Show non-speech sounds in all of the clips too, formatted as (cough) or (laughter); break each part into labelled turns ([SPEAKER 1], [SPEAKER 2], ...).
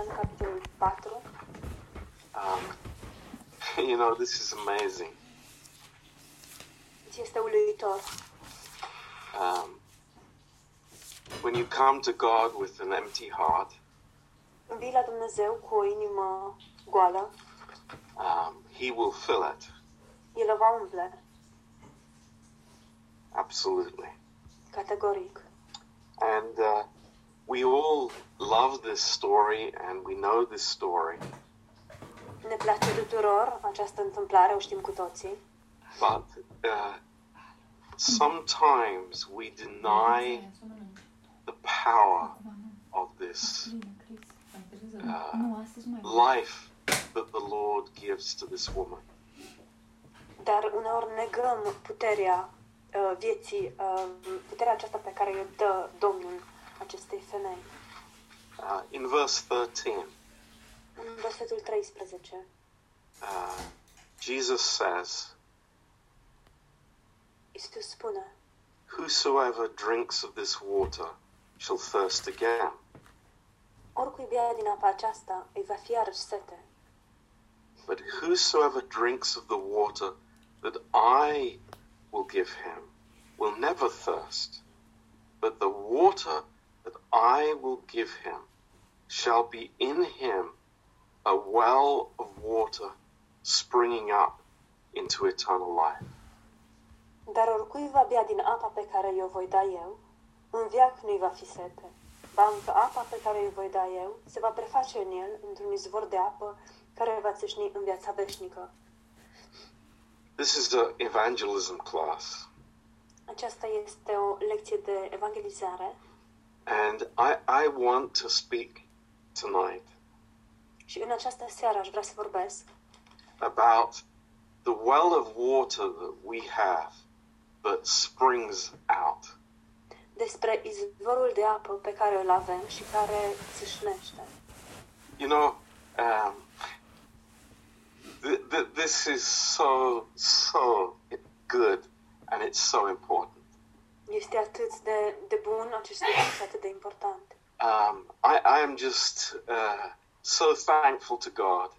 [SPEAKER 1] în capitolul 4.
[SPEAKER 2] Um, (laughs) you know, this is amazing.
[SPEAKER 1] Deci este uluitor.
[SPEAKER 2] Um, when you come to God with an empty heart,
[SPEAKER 1] Vii la Dumnezeu cu o inimă goală,
[SPEAKER 2] um, He will fill it.
[SPEAKER 1] El o va umple,
[SPEAKER 2] Absolutely.
[SPEAKER 1] categoric.
[SPEAKER 2] And uh, we all love this story and we know this story,
[SPEAKER 1] Ne place tuturor această întâmplare, o știm cu toții,
[SPEAKER 2] but uh, sometimes we deny the power of this
[SPEAKER 3] Nu, astăzi mai mult.
[SPEAKER 2] life that the Lord gives to this woman.
[SPEAKER 1] dar uneori negăm puterea uh, vieții, uh, puterea aceasta pe care o dă Domnul acestei femei.
[SPEAKER 2] Uh, in verse 13,
[SPEAKER 1] În versetul 13,
[SPEAKER 2] uh, Jesus says,
[SPEAKER 1] Iisus spune,
[SPEAKER 2] Whosoever drinks of this water shall thirst again,
[SPEAKER 1] Oricui bea din apa aceasta îi va fi iarăși sete,
[SPEAKER 2] but whosoever drinks of the water that I will give him will never thirst, but the water that I will give him shall be in him a well of water springing up into eternal life.
[SPEAKER 1] Dar oricui va bea din apa pe care i-o voi da eu, în viac nu-i va fi sete. Bancă apa pe care i-o voi da eu se va preface în el într-un izvor de apă care va țâșni în viața veșnică.
[SPEAKER 2] This is the evangelism class,
[SPEAKER 1] Aceasta este o lecție de evangelizare
[SPEAKER 2] and I, I want to speak tonight
[SPEAKER 1] și în această seară aș vrea să vorbesc
[SPEAKER 2] about the well of water that we have that springs out.
[SPEAKER 1] despre izvorul de apă pe care îl avem și care țâșnește.
[SPEAKER 2] You know, um, th- th- this is so, so good and it's so important.
[SPEAKER 1] Este atât de, de bun acest lucru și atât de important.
[SPEAKER 2] Um, I, I am just uh, so thankful to God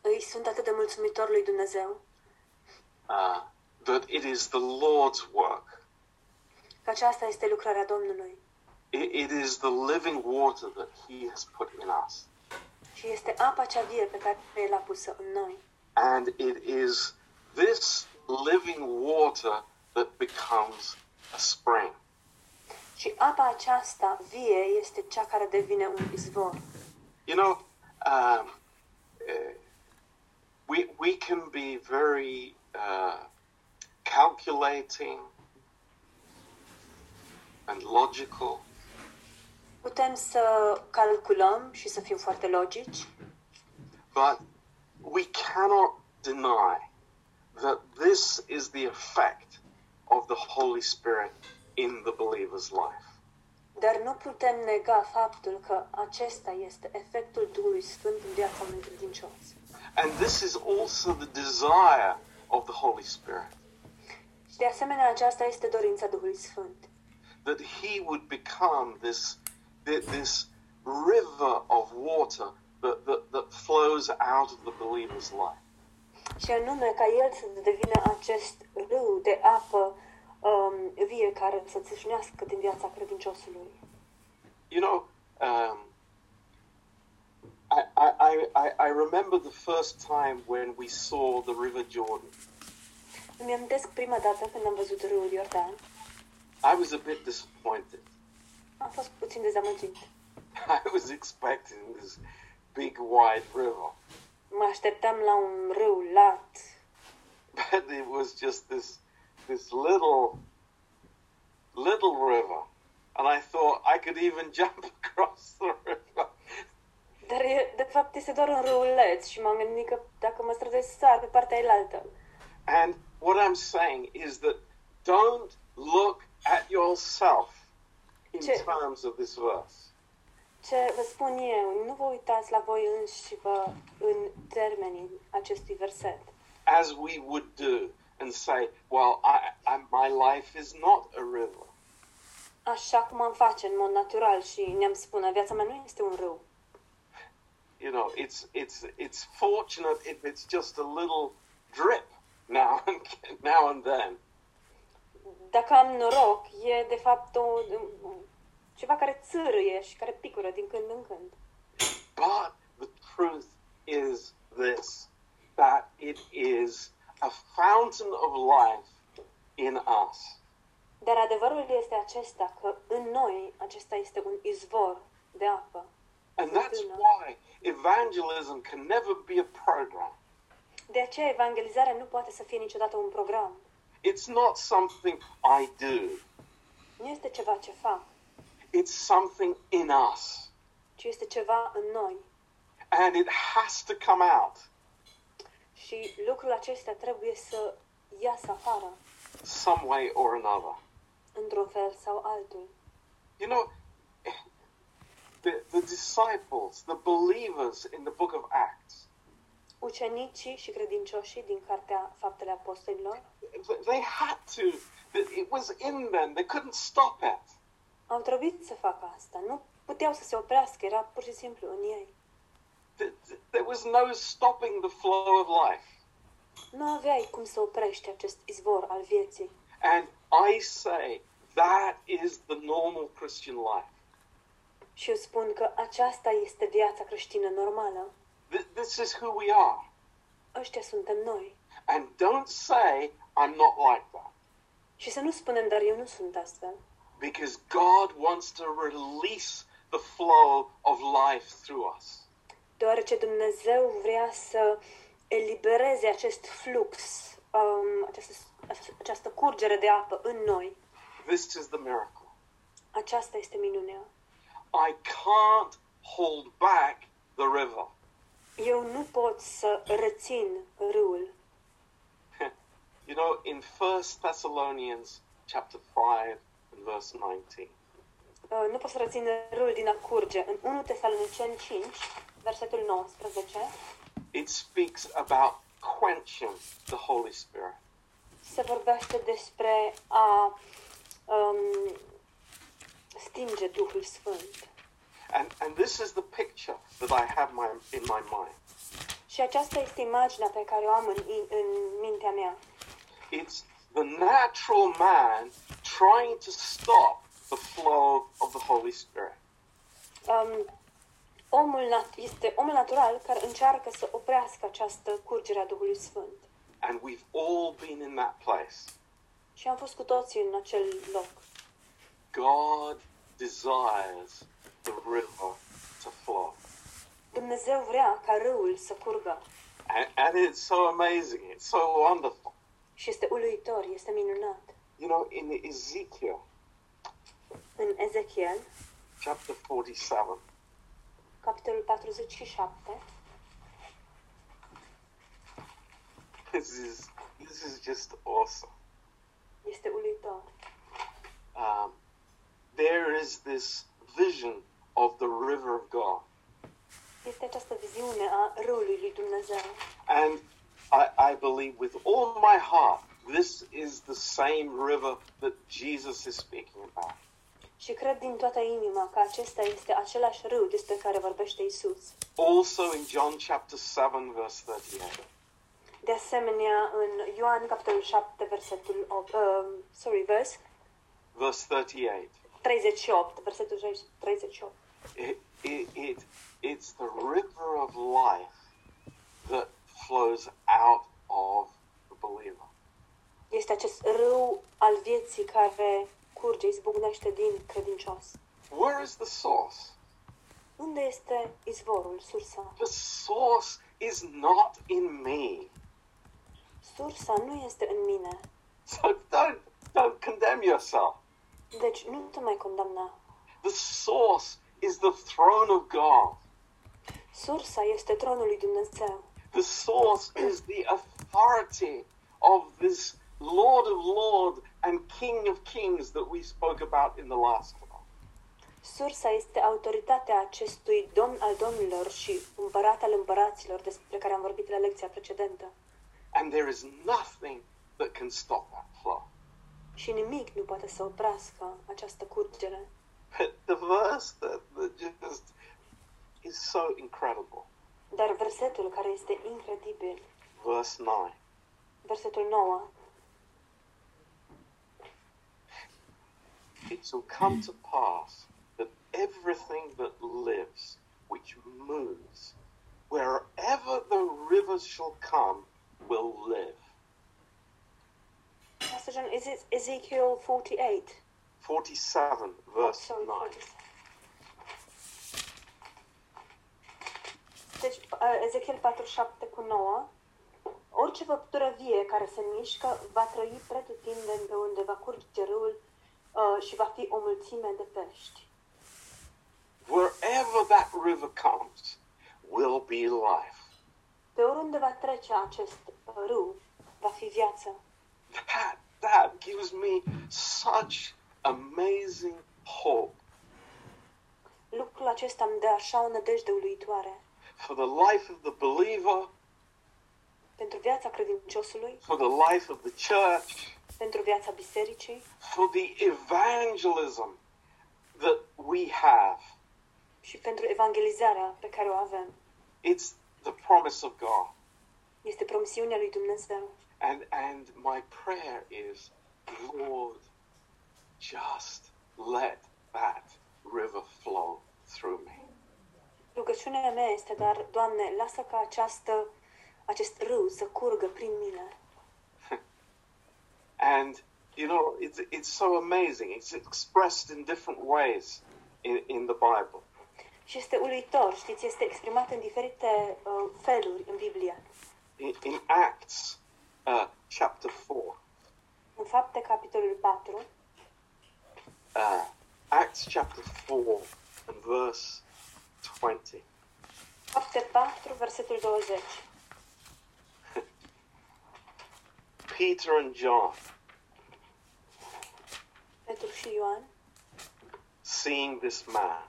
[SPEAKER 1] Îi sunt atât de mulțumitor lui Dumnezeu
[SPEAKER 2] uh, that it is the Lord's work.
[SPEAKER 1] că aceasta este lucrarea Domnului.
[SPEAKER 2] It, it is the living water that He has put in us.
[SPEAKER 1] Și este apa cea vie pe care El a pus-o în noi.
[SPEAKER 2] And it is this living water that becomes a spring.
[SPEAKER 1] Și apa aceasta vie este cea care devine un izvor.
[SPEAKER 2] You know, um, eh, we, we can be very uh, calculating and logical,
[SPEAKER 1] Putem să calculăm și să fim foarte logici,
[SPEAKER 2] but we cannot deny that this is the effect of the Holy Spirit in the believer's life.
[SPEAKER 1] dar nu putem nega faptul că acesta este efectul Duhului Sfânt în viața unui credincios.
[SPEAKER 2] And this is also the desire of the Holy Spirit
[SPEAKER 1] Și de asemenea aceasta este dorința Duhului Sfânt,
[SPEAKER 2] that he would become this th- this river of water that, that, that flows out of the believer's life.
[SPEAKER 1] și anume ca El să devină acest râu de apă um, vie care să țâșnească din viața credinciosului.
[SPEAKER 2] You know, um, I, I, I- I, I remember the first time when we saw the River Jordan.
[SPEAKER 1] Îmi amintesc prima dată când am văzut râul Iordan,
[SPEAKER 2] I was a bit disappointed. (laughs)
[SPEAKER 1] am fost puțin dezamăgit.
[SPEAKER 2] I was expecting this big wide river,
[SPEAKER 1] Mă așteptam la un râu lat,
[SPEAKER 2] but it was just this this little little river, and I thought I could even (laughs) jump across the river.
[SPEAKER 1] dar e, de fapt este doar un râuleț și m-am gândit că dacă mă străduiesc sar pe partea elaltă.
[SPEAKER 2] And what I'm saying is that don't look at yourself in
[SPEAKER 1] Che-
[SPEAKER 2] terms of this verse.
[SPEAKER 1] Ce vă spun eu, nu vă uitați la voi înși vă în termenii acestui verset.
[SPEAKER 2] As we would do and say, well, I, I, my life is not a river.
[SPEAKER 1] Așa cum am face în mod natural și ne-am spune, viața mea nu este un râu.
[SPEAKER 2] you know, it's it's it's fortunate if it's just a little drip now and (laughs) now and then.
[SPEAKER 1] Dacă am noroc, e de fapt o, ceva care țârâie și care picură din când în când.
[SPEAKER 2] But the truth is this that it is a fountain of life in us.
[SPEAKER 1] Dar adevărul este acesta că în noi acesta este un izvor de apă.
[SPEAKER 2] And that's why evangelism can never be a program.
[SPEAKER 1] De aceea evangelizarea nu poate să fie niciodată un program.
[SPEAKER 2] It's not something I do.
[SPEAKER 1] Nu este ceva ce fac,
[SPEAKER 2] It's something in us.
[SPEAKER 1] ci este ceva în noi.
[SPEAKER 2] And it has to come out.
[SPEAKER 1] Și lucrul acesta trebuie să iasă afară,
[SPEAKER 2] some way or another.
[SPEAKER 1] într-un fel sau altul.
[SPEAKER 2] You know, the, the disciples, the believers in the book of Acts,
[SPEAKER 1] Ucenicii și credincioșii din cartea Faptele Apostolilor
[SPEAKER 2] th- they had to, th- it was in them, they couldn't stop it.
[SPEAKER 1] au trebuit să facă asta. Nu puteau să se oprească, era pur și simplu în ei.
[SPEAKER 2] Th- th- There was no stopping the flow of life.
[SPEAKER 1] Nu aveai cum să oprești acest izvor al vieții.
[SPEAKER 2] And I say that is the normal Christian life.
[SPEAKER 1] Și eu spun că aceasta este viața creștină normală.
[SPEAKER 2] Th- This is who we are.
[SPEAKER 1] Ăștia suntem noi.
[SPEAKER 2] And don't say, I'm not like that.
[SPEAKER 1] Și să nu spunem, dar eu nu sunt astfel.
[SPEAKER 2] Because God wants to release the flow of life through us.
[SPEAKER 1] Deoarece Dumnezeu vrea să elibereze acest flux, um, această, această curgere de apă în noi.
[SPEAKER 2] This is the miracle.
[SPEAKER 1] Aceasta este minunea.
[SPEAKER 2] I can't hold back the river.
[SPEAKER 1] Eu nu pot să rețin râul.
[SPEAKER 2] (laughs) You know, in 1 Thessalonians chapter 5 and verse 19,
[SPEAKER 1] Uh, Nu pot să rețin râul din a curge. În 1 Tesaloniceni 5, versetul 19,
[SPEAKER 2] it speaks about quenching the Holy Spirit.
[SPEAKER 1] se vorbește despre a um, stinge Duhul Sfânt.
[SPEAKER 2] And, and this is the picture that I have my, in my mind.
[SPEAKER 1] Și aceasta este imaginea pe care o am în, in- în mintea mea.
[SPEAKER 2] It's the natural man trying to stop the flow of the Holy Spirit.
[SPEAKER 1] um, omul nat- este omul natural care încearcă să oprească această curgere a Duhului Sfânt.
[SPEAKER 2] And we've all been in that place.
[SPEAKER 1] Și am fost cu toții în acel loc.
[SPEAKER 2] God desires the river to flow.
[SPEAKER 1] Dumnezeu vrea ca râul să curgă
[SPEAKER 2] And, and it's so amazing. It's so wonderful.
[SPEAKER 1] și este uluitor, este minunat.
[SPEAKER 2] You know, in Ezekiel
[SPEAKER 1] În Ezechiel,
[SPEAKER 2] chapter 47,
[SPEAKER 1] capitolul 47,
[SPEAKER 2] (laughs) this is, this is just awesome.
[SPEAKER 1] este uluitor.
[SPEAKER 2] Um, there is this vision of the river of God.
[SPEAKER 1] Este această viziune a râului lui Dumnezeu.
[SPEAKER 2] And I, I believe with all my heart, this is the same river that Jesus is speaking about.
[SPEAKER 1] Și cred din toată inima că acesta este același râu despre care vorbește Isus.
[SPEAKER 2] Also in John chapter 7, verse 38.
[SPEAKER 1] De asemenea, în Ioan, capitolul 7, versetul 8, uh, sorry, vers
[SPEAKER 2] Verse 38.
[SPEAKER 1] 38, versetul 38.
[SPEAKER 2] It, it, it, it's the river of life that flows out of the believer.
[SPEAKER 1] Este acest râu al vieții care curge, izbucnește din credincios.
[SPEAKER 2] Where is the source?
[SPEAKER 1] Unde este izvorul, sursa?
[SPEAKER 2] The source is not in me.
[SPEAKER 1] Sursa nu este în mine.
[SPEAKER 2] So don't, don't condemn yourself.
[SPEAKER 1] Deci nu te mai condamna.
[SPEAKER 2] The source is the throne of God.
[SPEAKER 1] Sursa este tronul lui Dumnezeu.
[SPEAKER 2] The source is the authority of this Lord of Lord and King of Kings that we spoke about in the last one.
[SPEAKER 1] Sursa este autoritatea acestui domn al domnilor și împărat al împăraților despre care am vorbit la lecția precedentă.
[SPEAKER 2] And there is nothing that can stop that flow.
[SPEAKER 1] Și nimic nu poate să oprească această curgere.
[SPEAKER 2] But the verse that, that just is so incredible.
[SPEAKER 1] Dar versetul care este incredibil,
[SPEAKER 2] Verse 9
[SPEAKER 1] versetul 9,
[SPEAKER 2] It shall come to pass that everything that lives, which moves, wherever the rivers shall come, will live.
[SPEAKER 1] Pastor John, is it Ezekiel 48?
[SPEAKER 2] 47,
[SPEAKER 1] Oh,
[SPEAKER 2] verse
[SPEAKER 1] sorry,
[SPEAKER 2] 9.
[SPEAKER 1] 47. Deci, uh, Ezechiel 47 cu 9. Orice făptură vie care se mișcă va trăi pretutindeni pe unde va curge râul uh, și va fi o mulțime de pești.
[SPEAKER 2] Wherever that river comes, will be life.
[SPEAKER 1] Pe oriunde va trece acest uh, râu, va fi viață.
[SPEAKER 2] That, that gives me such amazing hope
[SPEAKER 1] Lucrul acesta îmi dă așa o nădejde uluitoare
[SPEAKER 2] for the life of the believer,
[SPEAKER 1] pentru viața credinciosului,
[SPEAKER 2] for the life of the church,
[SPEAKER 1] pentru viața bisericii,
[SPEAKER 2] for the evangelism that we have.
[SPEAKER 1] și pentru evangelizarea pe care o avem.
[SPEAKER 2] It's the promise of God.
[SPEAKER 1] Este promisiunea lui Dumnezeu.
[SPEAKER 2] And and my prayer is, Lord, just let that river flow through me.
[SPEAKER 1] Rugăciunea mea este, dar, Doamne, lasă ca această, acest râu să curgă prin mine.
[SPEAKER 2] And you know, it's it's so amazing. It's expressed in different ways in, in the Bible.
[SPEAKER 1] Și este uluitor, știți, este exprimat în diferite uh, feluri în Biblie.
[SPEAKER 2] In, in Acts uh, chapter four,
[SPEAKER 1] În fapte, capitolul 4,
[SPEAKER 2] uh, Acts chapter four and verse twenty.
[SPEAKER 1] fapte 4, versetul 20.
[SPEAKER 2] Peter and John,
[SPEAKER 1] Petru și Ioan
[SPEAKER 2] seeing this man,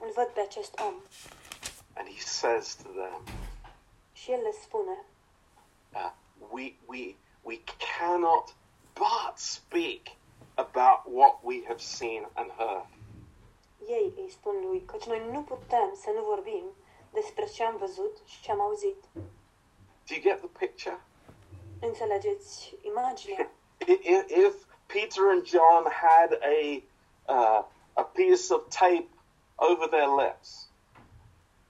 [SPEAKER 1] îl văd pe acest om
[SPEAKER 2] and he says to them,
[SPEAKER 1] și el le spune,
[SPEAKER 2] uh, we, we, we cannot but speak about what we have seen and heard.
[SPEAKER 1] ei îi spun lui, căci noi nu putem să nu vorbim despre ce am văzut și ce am auzit.
[SPEAKER 2] Do you get the picture?
[SPEAKER 1] Înțelegeți imaginea?
[SPEAKER 2] If, if Peter and John had a, uh, a piece of tape over their lips,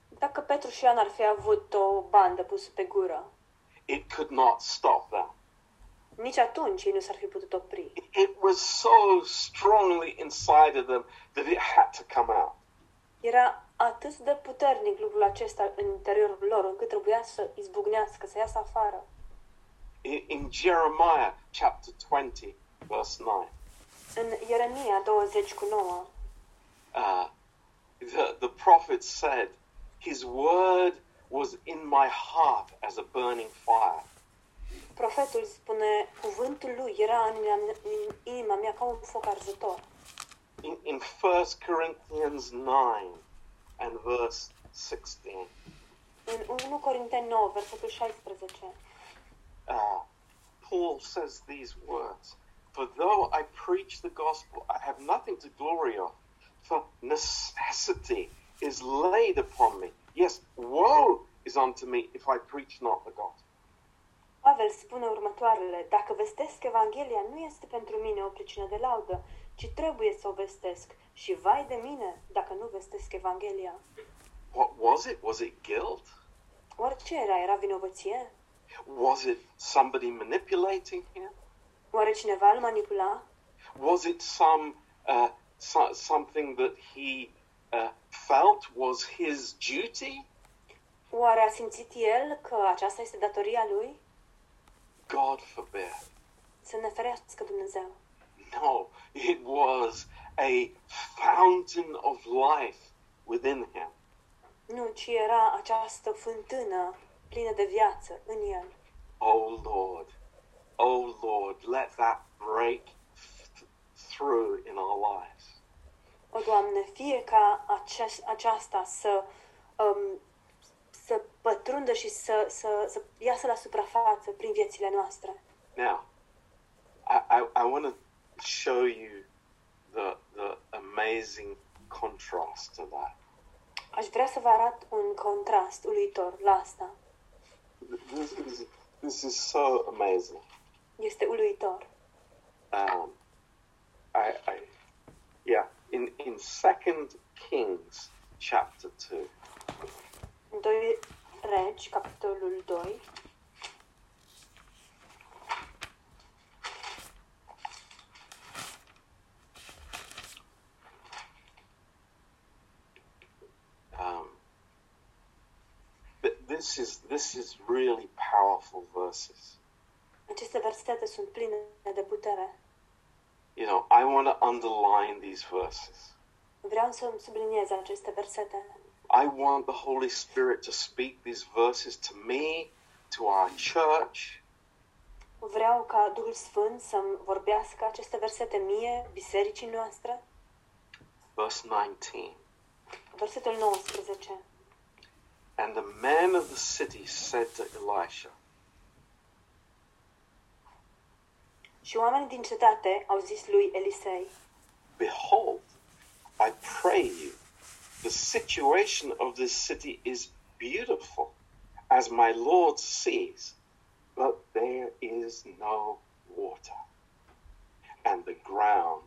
[SPEAKER 1] Dacă Petru și Ioan ar fi avut o bandă pusă pe gură,
[SPEAKER 2] it could not stop them.
[SPEAKER 1] nici atunci ei nu s-ar fi putut opri.
[SPEAKER 2] It was so strongly inside of them that it had to come out.
[SPEAKER 1] Era atât de puternic lucrul acesta în interiorul lor, încât trebuia să izbucnească, să iasă afară.
[SPEAKER 2] In, in Jeremiah chapter 20, verse 9.
[SPEAKER 1] În Ieremia 20 cu 9,
[SPEAKER 2] uh, the, the prophet said, His word was in my heart as a burning fire.
[SPEAKER 1] profetul spune, cuvântul lui era în inima- în inima mea ca un foc arzător.
[SPEAKER 2] In, in 1 Corinthians 9 and verse 16,
[SPEAKER 1] În 1 Corinteni 9, versetul 16,
[SPEAKER 2] uh, Paul says these words For though I preach the gospel, I have nothing to glory of, for necessity is laid upon me. Yes, woe is unto me if I preach not the gospel.
[SPEAKER 1] Pavel spune următoarele, dacă vestesc Evanghelia, nu este pentru mine o pricină de laudă, ci trebuie să o vestesc și vai de mine dacă nu vestesc Evanghelia.
[SPEAKER 2] What was it? Was it guilt?
[SPEAKER 1] Orice era, era vinovăție?
[SPEAKER 2] Was it somebody manipulating him?
[SPEAKER 1] Oare cineva îl manipula?
[SPEAKER 2] Was it some uh, so- something that he uh, felt was his duty?
[SPEAKER 1] Oare a simțit el că aceasta este datoria lui?
[SPEAKER 2] God forbid.
[SPEAKER 1] Să ne ferească Dumnezeu.
[SPEAKER 2] No, it was a fountain of life within him.
[SPEAKER 1] Nu, ci era această fântână plină de viață în el.
[SPEAKER 2] Oh Lord, oh Lord, let that break th- through in our lives.
[SPEAKER 1] O, Doamne, fie ca acest, aceasta să, um, să pătrundă și să, să, să iasă la suprafață prin viețile noastre.
[SPEAKER 2] Now, I, I, I want to show you the, the amazing contrast to that.
[SPEAKER 1] Aș vrea să vă arăt un contrast uluitor la asta.
[SPEAKER 2] This is, this is so amazing.
[SPEAKER 1] Este uluitor.
[SPEAKER 2] Um, I, I, yeah, in, in Second Kings chapter 2,
[SPEAKER 1] În 2 Regi, capitolul 2,
[SPEAKER 2] um, th- this is this is really powerful verses.
[SPEAKER 1] aceste versete sunt pline de putere.
[SPEAKER 2] You know, I want to underline these verses.
[SPEAKER 1] Vreau să îmi subliniez aceste versete.
[SPEAKER 2] I want the Holy Spirit to speak these verses to me, to our church,
[SPEAKER 1] Vreau ca Duhul Sfânt să-mi vorbească aceste versete mie, bisericii noastre.
[SPEAKER 2] verse 19.
[SPEAKER 1] Versetul 19.
[SPEAKER 2] And the man of the city said to Elisha,
[SPEAKER 1] Și oamenii din cetate au zis lui Elisei,
[SPEAKER 2] Behold, I pray you, the situation of this city is beautiful, as my Lord sees, but there is no water, and the ground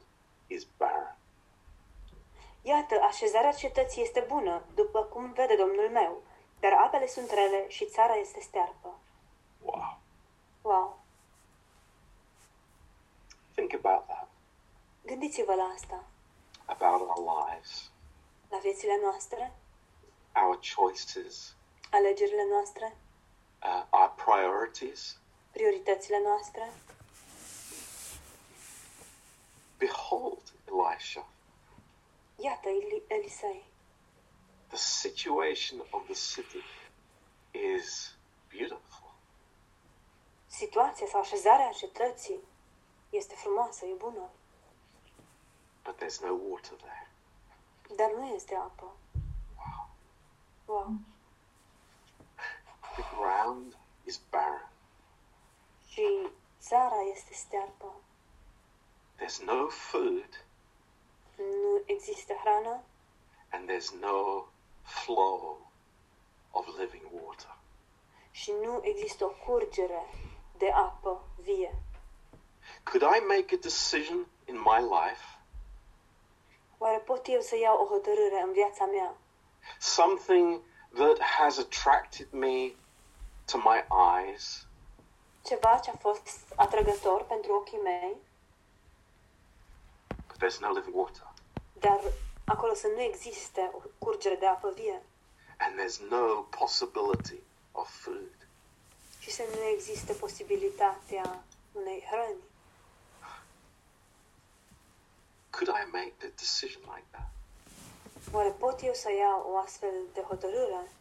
[SPEAKER 2] is barren.
[SPEAKER 1] Iată, așezarea cetății este bună, după cum vede domnul meu, dar apele sunt rele și țara este stearpă.
[SPEAKER 2] Wow.
[SPEAKER 1] Wow!
[SPEAKER 2] Think about that,
[SPEAKER 1] Gândiți-vă la asta,
[SPEAKER 2] about our lives,
[SPEAKER 1] la viețile noastre,
[SPEAKER 2] our choices,
[SPEAKER 1] alegerile noastre,
[SPEAKER 2] uh, our priorities.
[SPEAKER 1] prioritățile noastre.
[SPEAKER 2] Behold, Elisha,
[SPEAKER 1] Iată, Eli- Elisei,
[SPEAKER 2] the situation of the city is beautiful.
[SPEAKER 1] situația sau așezarea cetății este frumoasă, e bună,
[SPEAKER 2] but there's no water there.
[SPEAKER 1] dar nu este apă. Wow!
[SPEAKER 2] The ground is barren.
[SPEAKER 1] Și țara este stearpă.
[SPEAKER 2] There's no food
[SPEAKER 1] Nu există hrană
[SPEAKER 2] and there's no flow of living water.
[SPEAKER 1] și nu există o curgere de apă vie.
[SPEAKER 2] Could I make a decision in my life,
[SPEAKER 1] Oare pot eu să iau o hotărâre în viața mea?
[SPEAKER 2] something that has attracted me to my eyes,
[SPEAKER 1] Ceva ce a fost atrăgător pentru ochii mei,
[SPEAKER 2] but there's no living water
[SPEAKER 1] dar acolo să nu existe o curgere de apă vie
[SPEAKER 2] and there's no possibility of food?
[SPEAKER 1] și să nu existe posibilitatea unei hrăni.
[SPEAKER 2] Could I make a decision like that?
[SPEAKER 1] Oare pot eu să iau o astfel de hotărâre?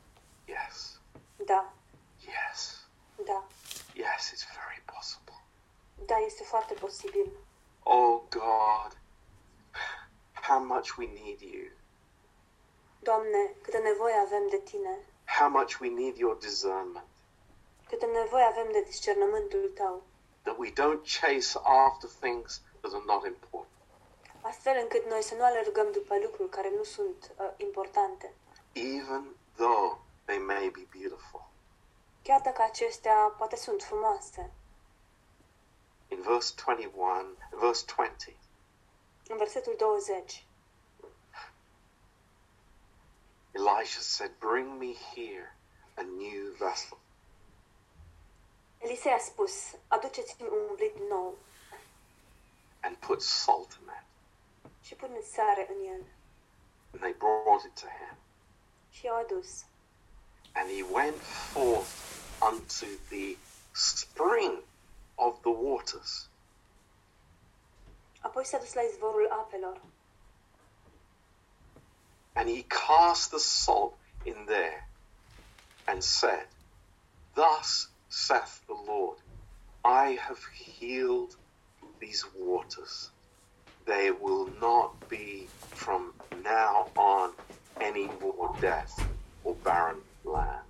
[SPEAKER 2] Yes,
[SPEAKER 1] Da,
[SPEAKER 2] yes,
[SPEAKER 1] da,
[SPEAKER 2] yes, it's very possible.
[SPEAKER 1] da, este foarte posibil.
[SPEAKER 2] Oh God, how much we need you.
[SPEAKER 1] Doamne, câtă nevoie avem de Tine,
[SPEAKER 2] How much we need your discernment.
[SPEAKER 1] câtă nevoie avem de discernământul Tău,
[SPEAKER 2] That we don't chase after things that are not important.
[SPEAKER 1] astfel încât noi să nu alergăm după lucruri care nu sunt uh, importante,
[SPEAKER 2] Even though they may be beautiful.
[SPEAKER 1] chiar dacă acestea poate sunt frumoase.
[SPEAKER 2] In verse 21, verse 20,
[SPEAKER 1] În versetul 20,
[SPEAKER 2] Elisha said, Bring me here a new vessel.
[SPEAKER 1] Elisei a spus, aduceți-mi un umblit nou
[SPEAKER 2] And put salt in it.
[SPEAKER 1] și puneți sare în el.
[SPEAKER 2] And they brought it to him.
[SPEAKER 1] Și i-au adus.
[SPEAKER 2] And he went forth unto the spring of the waters.
[SPEAKER 1] Apoi s-a dus la izvorul apelor
[SPEAKER 2] And he cast the salt in there and said, Thus saith the Lord, I have healed these waters. They will not be from now on any more death or barren land.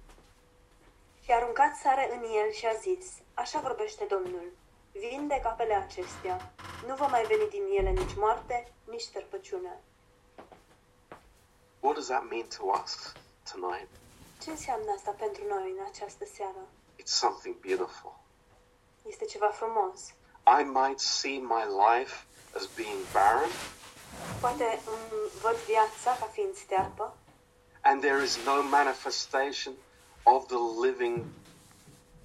[SPEAKER 1] și a aruncat sare în el și a zis, așa vorbește Domnul, vindec apele acestea, nu va mai veni din ele nici moarte, nici tărpăciune.
[SPEAKER 2] What does that mean to us tonight?
[SPEAKER 1] Ce înseamnă asta pentru noi în această seară?
[SPEAKER 2] It's something beautiful.
[SPEAKER 1] Este ceva frumos.
[SPEAKER 2] I might see my life as being barren,
[SPEAKER 1] Poate îmi văd viața ca fiind stearpă
[SPEAKER 2] and there is no manifestation of the living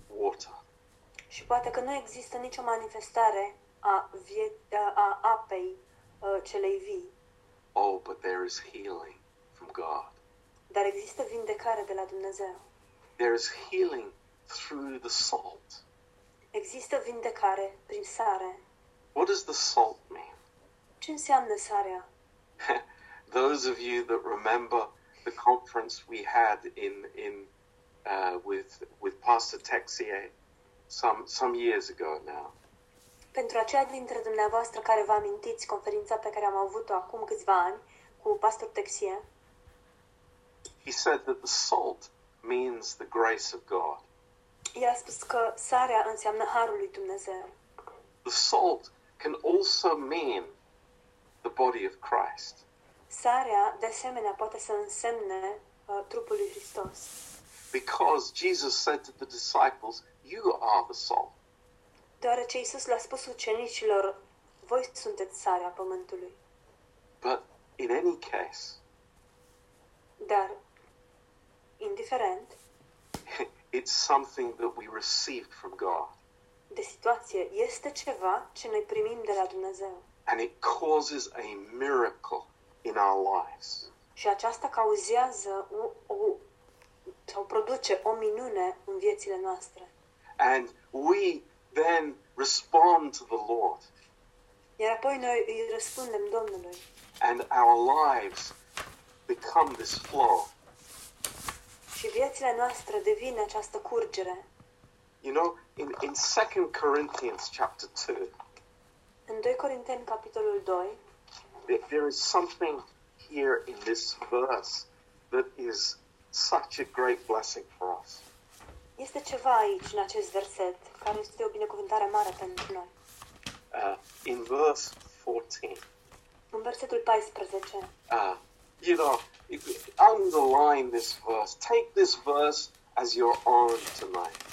[SPEAKER 2] water.
[SPEAKER 1] și poate că nu există nicio manifestare a, vie- a- a apei uh, celei vii,
[SPEAKER 2] Oh, but there is healing from God.
[SPEAKER 1] dar există vindecare de la Dumnezeu.
[SPEAKER 2] There is healing through the salt.
[SPEAKER 1] Există vindecare prin sare.
[SPEAKER 2] What does the salt mean?
[SPEAKER 1] Ce înseamnă sarea?
[SPEAKER 2] Those of you that remember the conference we had in in uh, with with Pastor Texier some some years ago now.
[SPEAKER 1] Pentru aceia dintre dumneavoastră care vă amintiți conferința pe care am avut-o acum câțiva ani cu pastor Texie,
[SPEAKER 2] He said that the salt means the grace of God.
[SPEAKER 1] el a spus că sarea înseamnă harul lui Dumnezeu.
[SPEAKER 2] The salt can also mean the body of Christ.
[SPEAKER 1] Sarea, de asemenea, poate să însemne uh, trupul lui Hristos.
[SPEAKER 2] Because Jesus said to the disciples, You are the salt.
[SPEAKER 1] Deoarece Isus le-a spus ucenicilor, voi sunteți sarea pământului.
[SPEAKER 2] But in any case, (laughs)
[SPEAKER 1] Dar, indiferent
[SPEAKER 2] it's something that we received from God.
[SPEAKER 1] de situație, este ceva ce noi primim de la Dumnezeu.
[SPEAKER 2] And it causes a miracle in our lives.
[SPEAKER 1] Și aceasta cauzează o, o, sau produce o minune în viețile noastre.
[SPEAKER 2] And we then respond to the Lord.
[SPEAKER 1] Iar apoi noi îi răspundem Domnului
[SPEAKER 2] And our lives become this flow.
[SPEAKER 1] și viețile noastre devin această curgere.
[SPEAKER 2] You know, in, in 2 Corinthians chapter 2,
[SPEAKER 1] În 2 Corinteni, capitolul 2,
[SPEAKER 2] There- there is something here in this verse that is such a great blessing for us.
[SPEAKER 1] este ceva aici, în acest verset, care este o binecuvântare mare pentru noi.
[SPEAKER 2] Uh, in verse 14,
[SPEAKER 1] În versetul 14,
[SPEAKER 2] uh, you know, if you underline this verse, take this verse as your own tonight.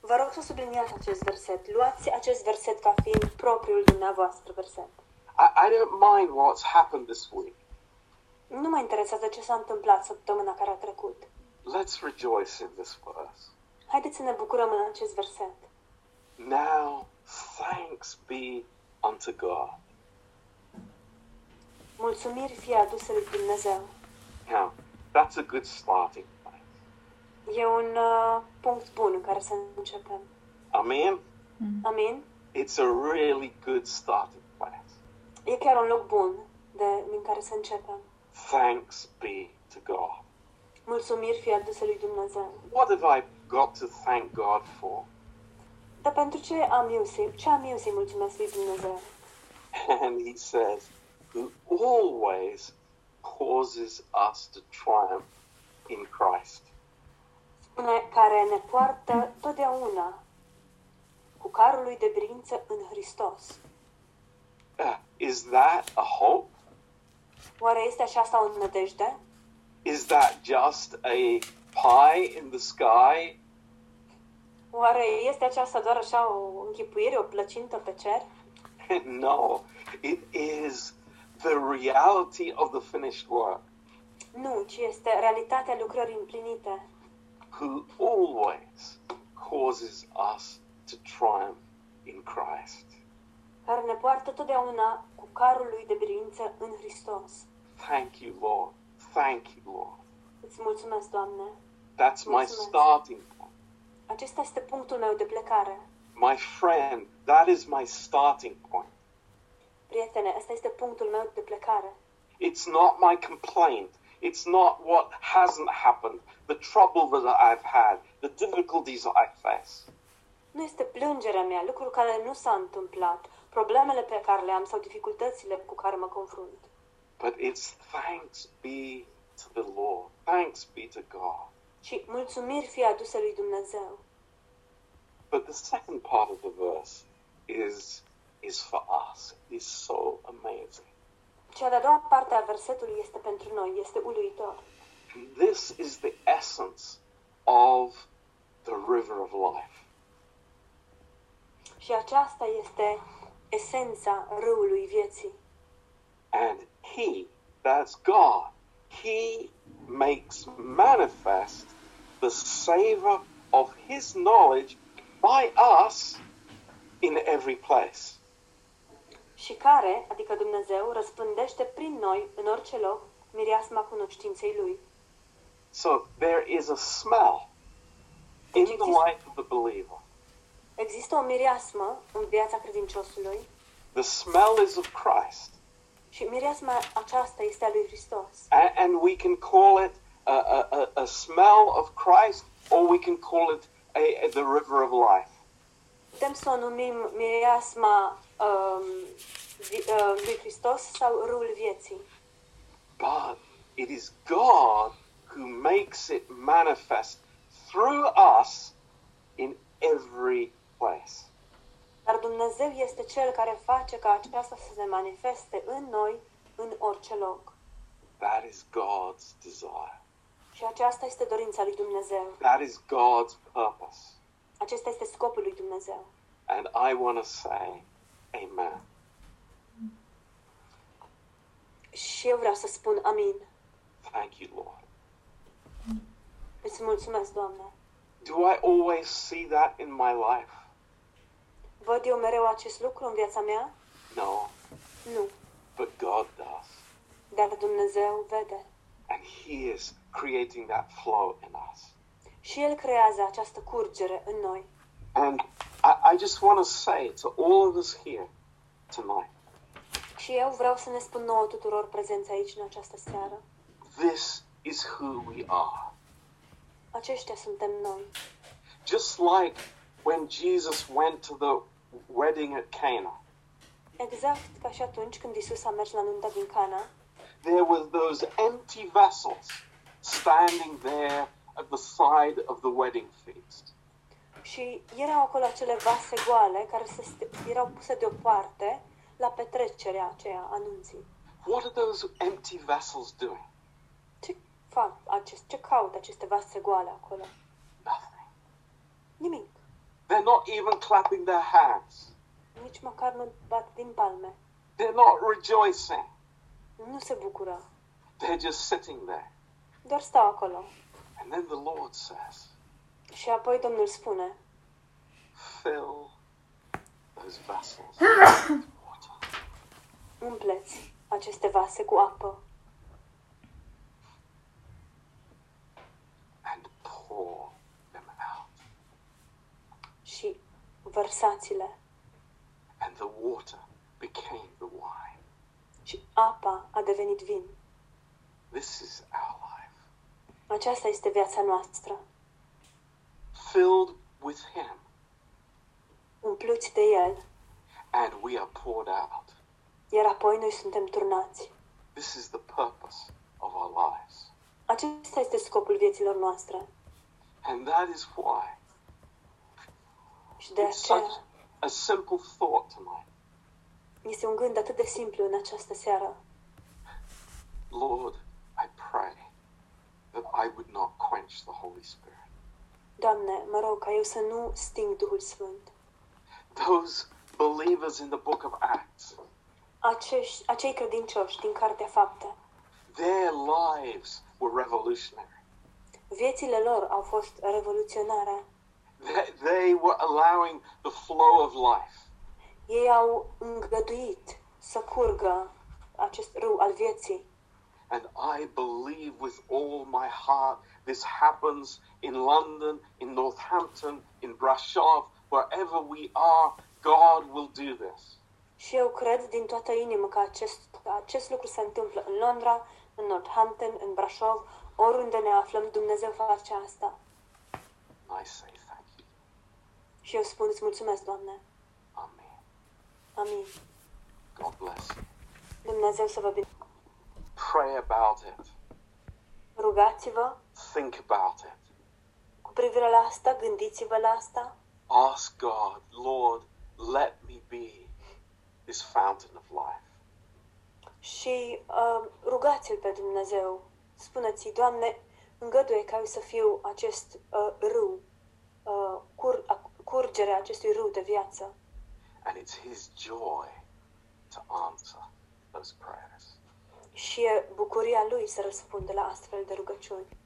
[SPEAKER 1] vă rog să subliniați acest verset. Luați acest verset ca fiind propriul dumneavoastră verset.
[SPEAKER 2] I, I don't mind what's happened this week.
[SPEAKER 1] Nu mă interesează ce s-a întâmplat săptămâna care a trecut.
[SPEAKER 2] Let's rejoice in this verse.
[SPEAKER 1] Haideți să ne bucurăm în acest verset.
[SPEAKER 2] Now, thanks be unto God.
[SPEAKER 1] Mulțumiri fie aduse lui Dumnezeu.
[SPEAKER 2] Now, that's a good starting point.
[SPEAKER 1] E un uh, punct bun în care să începem.
[SPEAKER 2] Amen?
[SPEAKER 1] Amin?
[SPEAKER 2] It's a really good starting place.
[SPEAKER 1] E chiar un loc bun de, din care să începem.
[SPEAKER 2] Thanks be to God.
[SPEAKER 1] Mulțumiri fie aduse lui Dumnezeu.
[SPEAKER 2] What have I got to thank God for? (laughs)
[SPEAKER 1] Dar pentru ce am eu să ce am eu să-i mulțumesc lui Dumnezeu?
[SPEAKER 2] And he says, who always causes us to triumph in Christ.
[SPEAKER 1] Spune care ne poartă totdeauna cu carul lui de birință în Hristos.
[SPEAKER 2] Uh, is that a hope?
[SPEAKER 1] Oare este aceasta o nădejde?
[SPEAKER 2] Is that just a pie in the sky? (laughs)
[SPEAKER 1] Oare este aceasta doar așa o închipuire, o plăcintă pe cer?
[SPEAKER 2] no, it is the reality of the finished work.
[SPEAKER 1] Nu, ci este realitatea lucrării împlinite,
[SPEAKER 2] who always causes us to triumph in Christ.
[SPEAKER 1] care ne poartă totdeauna cu carul lui de biruință în Hristos.
[SPEAKER 2] Thank you, Lord. Thank you, Lord.
[SPEAKER 1] Îți mulțumesc, Doamne!
[SPEAKER 2] That's my
[SPEAKER 1] Yes, Lord.
[SPEAKER 2] starting point.
[SPEAKER 1] Acesta este punctul meu de plecare.
[SPEAKER 2] My friend, that is my starting point.
[SPEAKER 1] Prietene, ăsta este punctul meu de plecare.
[SPEAKER 2] It's not my complaint. It's not what hasn't happened, the trouble that I've had, the difficulties that I face.
[SPEAKER 1] Nu este plângerea mea, lucrul care nu s-a întâmplat, problemele pe care le am sau dificultățile cu care mă confrunt.
[SPEAKER 2] But it's thanks be to the Lord. Thanks be to God.
[SPEAKER 1] Și mulțumiri fie aduse lui Dumnezeu.
[SPEAKER 2] But the second part of the verse is is for us. It is so amazing.
[SPEAKER 1] Cea de-a doua parte a versetului este pentru noi, este uluitor.
[SPEAKER 2] This is the essence of the river of life.
[SPEAKER 1] Și aceasta este esența râului vieții.
[SPEAKER 2] And He, that's God, He makes manifest the savor of His knowledge by us in every place.
[SPEAKER 1] și care, adică Dumnezeu, răspândește prin noi, în orice loc, mireasma cunoștinței Lui.
[SPEAKER 2] So there is a smell in the life of the believer.
[SPEAKER 1] Există o mireasmă în viața credinciosului
[SPEAKER 2] The smell is of Christ,
[SPEAKER 1] și mireasma aceasta este a Lui Hristos.
[SPEAKER 2] A- and we can call it a, a, a, a smell of Christ, or we can call it a, a- the river of life.
[SPEAKER 1] Putem să o numim mireasma um, vi- uh, Lui Hristos sau râul vieții.
[SPEAKER 2] But it is God who makes it manifest through us in every place.
[SPEAKER 1] Dar Dumnezeu este Cel care face ca aceasta să se manifeste în noi, în orice loc.
[SPEAKER 2] That is God's desire.
[SPEAKER 1] Și aceasta este dorința Lui Dumnezeu.
[SPEAKER 2] That is God's purpose.
[SPEAKER 1] Acesta este scopul Lui Dumnezeu.
[SPEAKER 2] And I want to say, Amen.
[SPEAKER 1] Și eu vreau să spun amin.
[SPEAKER 2] Thank you, Lord.
[SPEAKER 1] Îți mulțumesc, Doamne.
[SPEAKER 2] Do I always see that in my life?
[SPEAKER 1] Văd eu mereu acest lucru în viața mea?
[SPEAKER 2] No,
[SPEAKER 1] Nu.
[SPEAKER 2] but God does.
[SPEAKER 1] Dar Dumnezeu vede.
[SPEAKER 2] And He is creating that flow in us.
[SPEAKER 1] Și El creează această curgere în noi.
[SPEAKER 2] And I, I just want to say to all of us here tonight
[SPEAKER 1] Și eu vreau să ne spun nouă tuturor prezenți aici în această seară.
[SPEAKER 2] this is who we are.
[SPEAKER 1] Aceștia suntem noi.
[SPEAKER 2] Just like when Jesus went to the wedding at Cana,
[SPEAKER 1] Exact ca și atunci când Isus a mers la nunta din Cana,
[SPEAKER 2] there were those empty vessels standing there at the side of the wedding feast.
[SPEAKER 1] Și erau acolo acele vase goale care se st- erau puse deoparte la petrecerea aceea a nunții.
[SPEAKER 2] What are those empty vessels doing?
[SPEAKER 1] Ce fac acest, ce caut aceste vase goale acolo?
[SPEAKER 2] Nothing.
[SPEAKER 1] Nimic.
[SPEAKER 2] They're not even clapping their hands.
[SPEAKER 1] Nici măcar nu bat din palme.
[SPEAKER 2] They're not rejoicing.
[SPEAKER 1] Nu se bucură.
[SPEAKER 2] They're just sitting there.
[SPEAKER 1] Doar stau acolo.
[SPEAKER 2] And then the Lord says,
[SPEAKER 1] Și apoi Domnul spune,
[SPEAKER 2] fill those vessels with water.
[SPEAKER 1] umpleți aceste vase cu apă
[SPEAKER 2] and pour them out.
[SPEAKER 1] și vărsați-le.
[SPEAKER 2] And the water became the wine.
[SPEAKER 1] Și apa a devenit vin.
[SPEAKER 2] This is our life,
[SPEAKER 1] Aceasta este viața noastră.
[SPEAKER 2] filled with Him,
[SPEAKER 1] Umpluți de el,
[SPEAKER 2] and we are poured out.
[SPEAKER 1] iar apoi noi suntem turnați.
[SPEAKER 2] This is the purpose of our lives.
[SPEAKER 1] Acesta este scopul vieților noastre.
[SPEAKER 2] And that is why
[SPEAKER 1] Și de
[SPEAKER 2] it's such
[SPEAKER 1] aceea
[SPEAKER 2] a simple thought tonight.
[SPEAKER 1] este un gând atât de simplu în această seară.
[SPEAKER 2] Lord, I pray that I would not quench the Holy Spirit.
[SPEAKER 1] Doamne, mă rog ca eu să nu sting Duhul Sfânt.
[SPEAKER 2] Those believers in the book of Acts,
[SPEAKER 1] Acești, acei credincioși din Cartea Fapte,
[SPEAKER 2] their lives were revolutionary.
[SPEAKER 1] viețile lor au fost revoluționare.
[SPEAKER 2] They, they were allowing the flow of life.
[SPEAKER 1] Ei au îngăduit să curgă acest râu al vieții.
[SPEAKER 2] And I believe with all my heart this happens in London, in Northampton, in Brasov, wherever we are, God will do this.
[SPEAKER 1] Și eu cred din toată inimă că acest, că acest lucru se întâmplă în Londra, în Northampton, în Brașov, oriunde ne aflăm, Dumnezeu face asta.
[SPEAKER 2] And I say thank you.
[SPEAKER 1] Și eu spun îți mulțumesc, Doamne.
[SPEAKER 2] Amen.
[SPEAKER 1] Amin.
[SPEAKER 2] God bless you.
[SPEAKER 1] Dumnezeu să vă bine.
[SPEAKER 2] Pray about it.
[SPEAKER 1] Rugați-vă
[SPEAKER 2] Think about it.
[SPEAKER 1] cu privire la asta, gândiți-vă la asta
[SPEAKER 2] Ask God, Lord, let me be this fountain of life.
[SPEAKER 1] și uh, rugați-L pe Dumnezeu. Spuneți-i, Doamne, îngăduie ca eu să fiu acest uh, râu, uh, cur, a, curgerea acestui râu de viață.
[SPEAKER 2] And it's His joy to answer those prayers.
[SPEAKER 1] Și e bucuria Lui să răspundă la astfel de rugăciuni.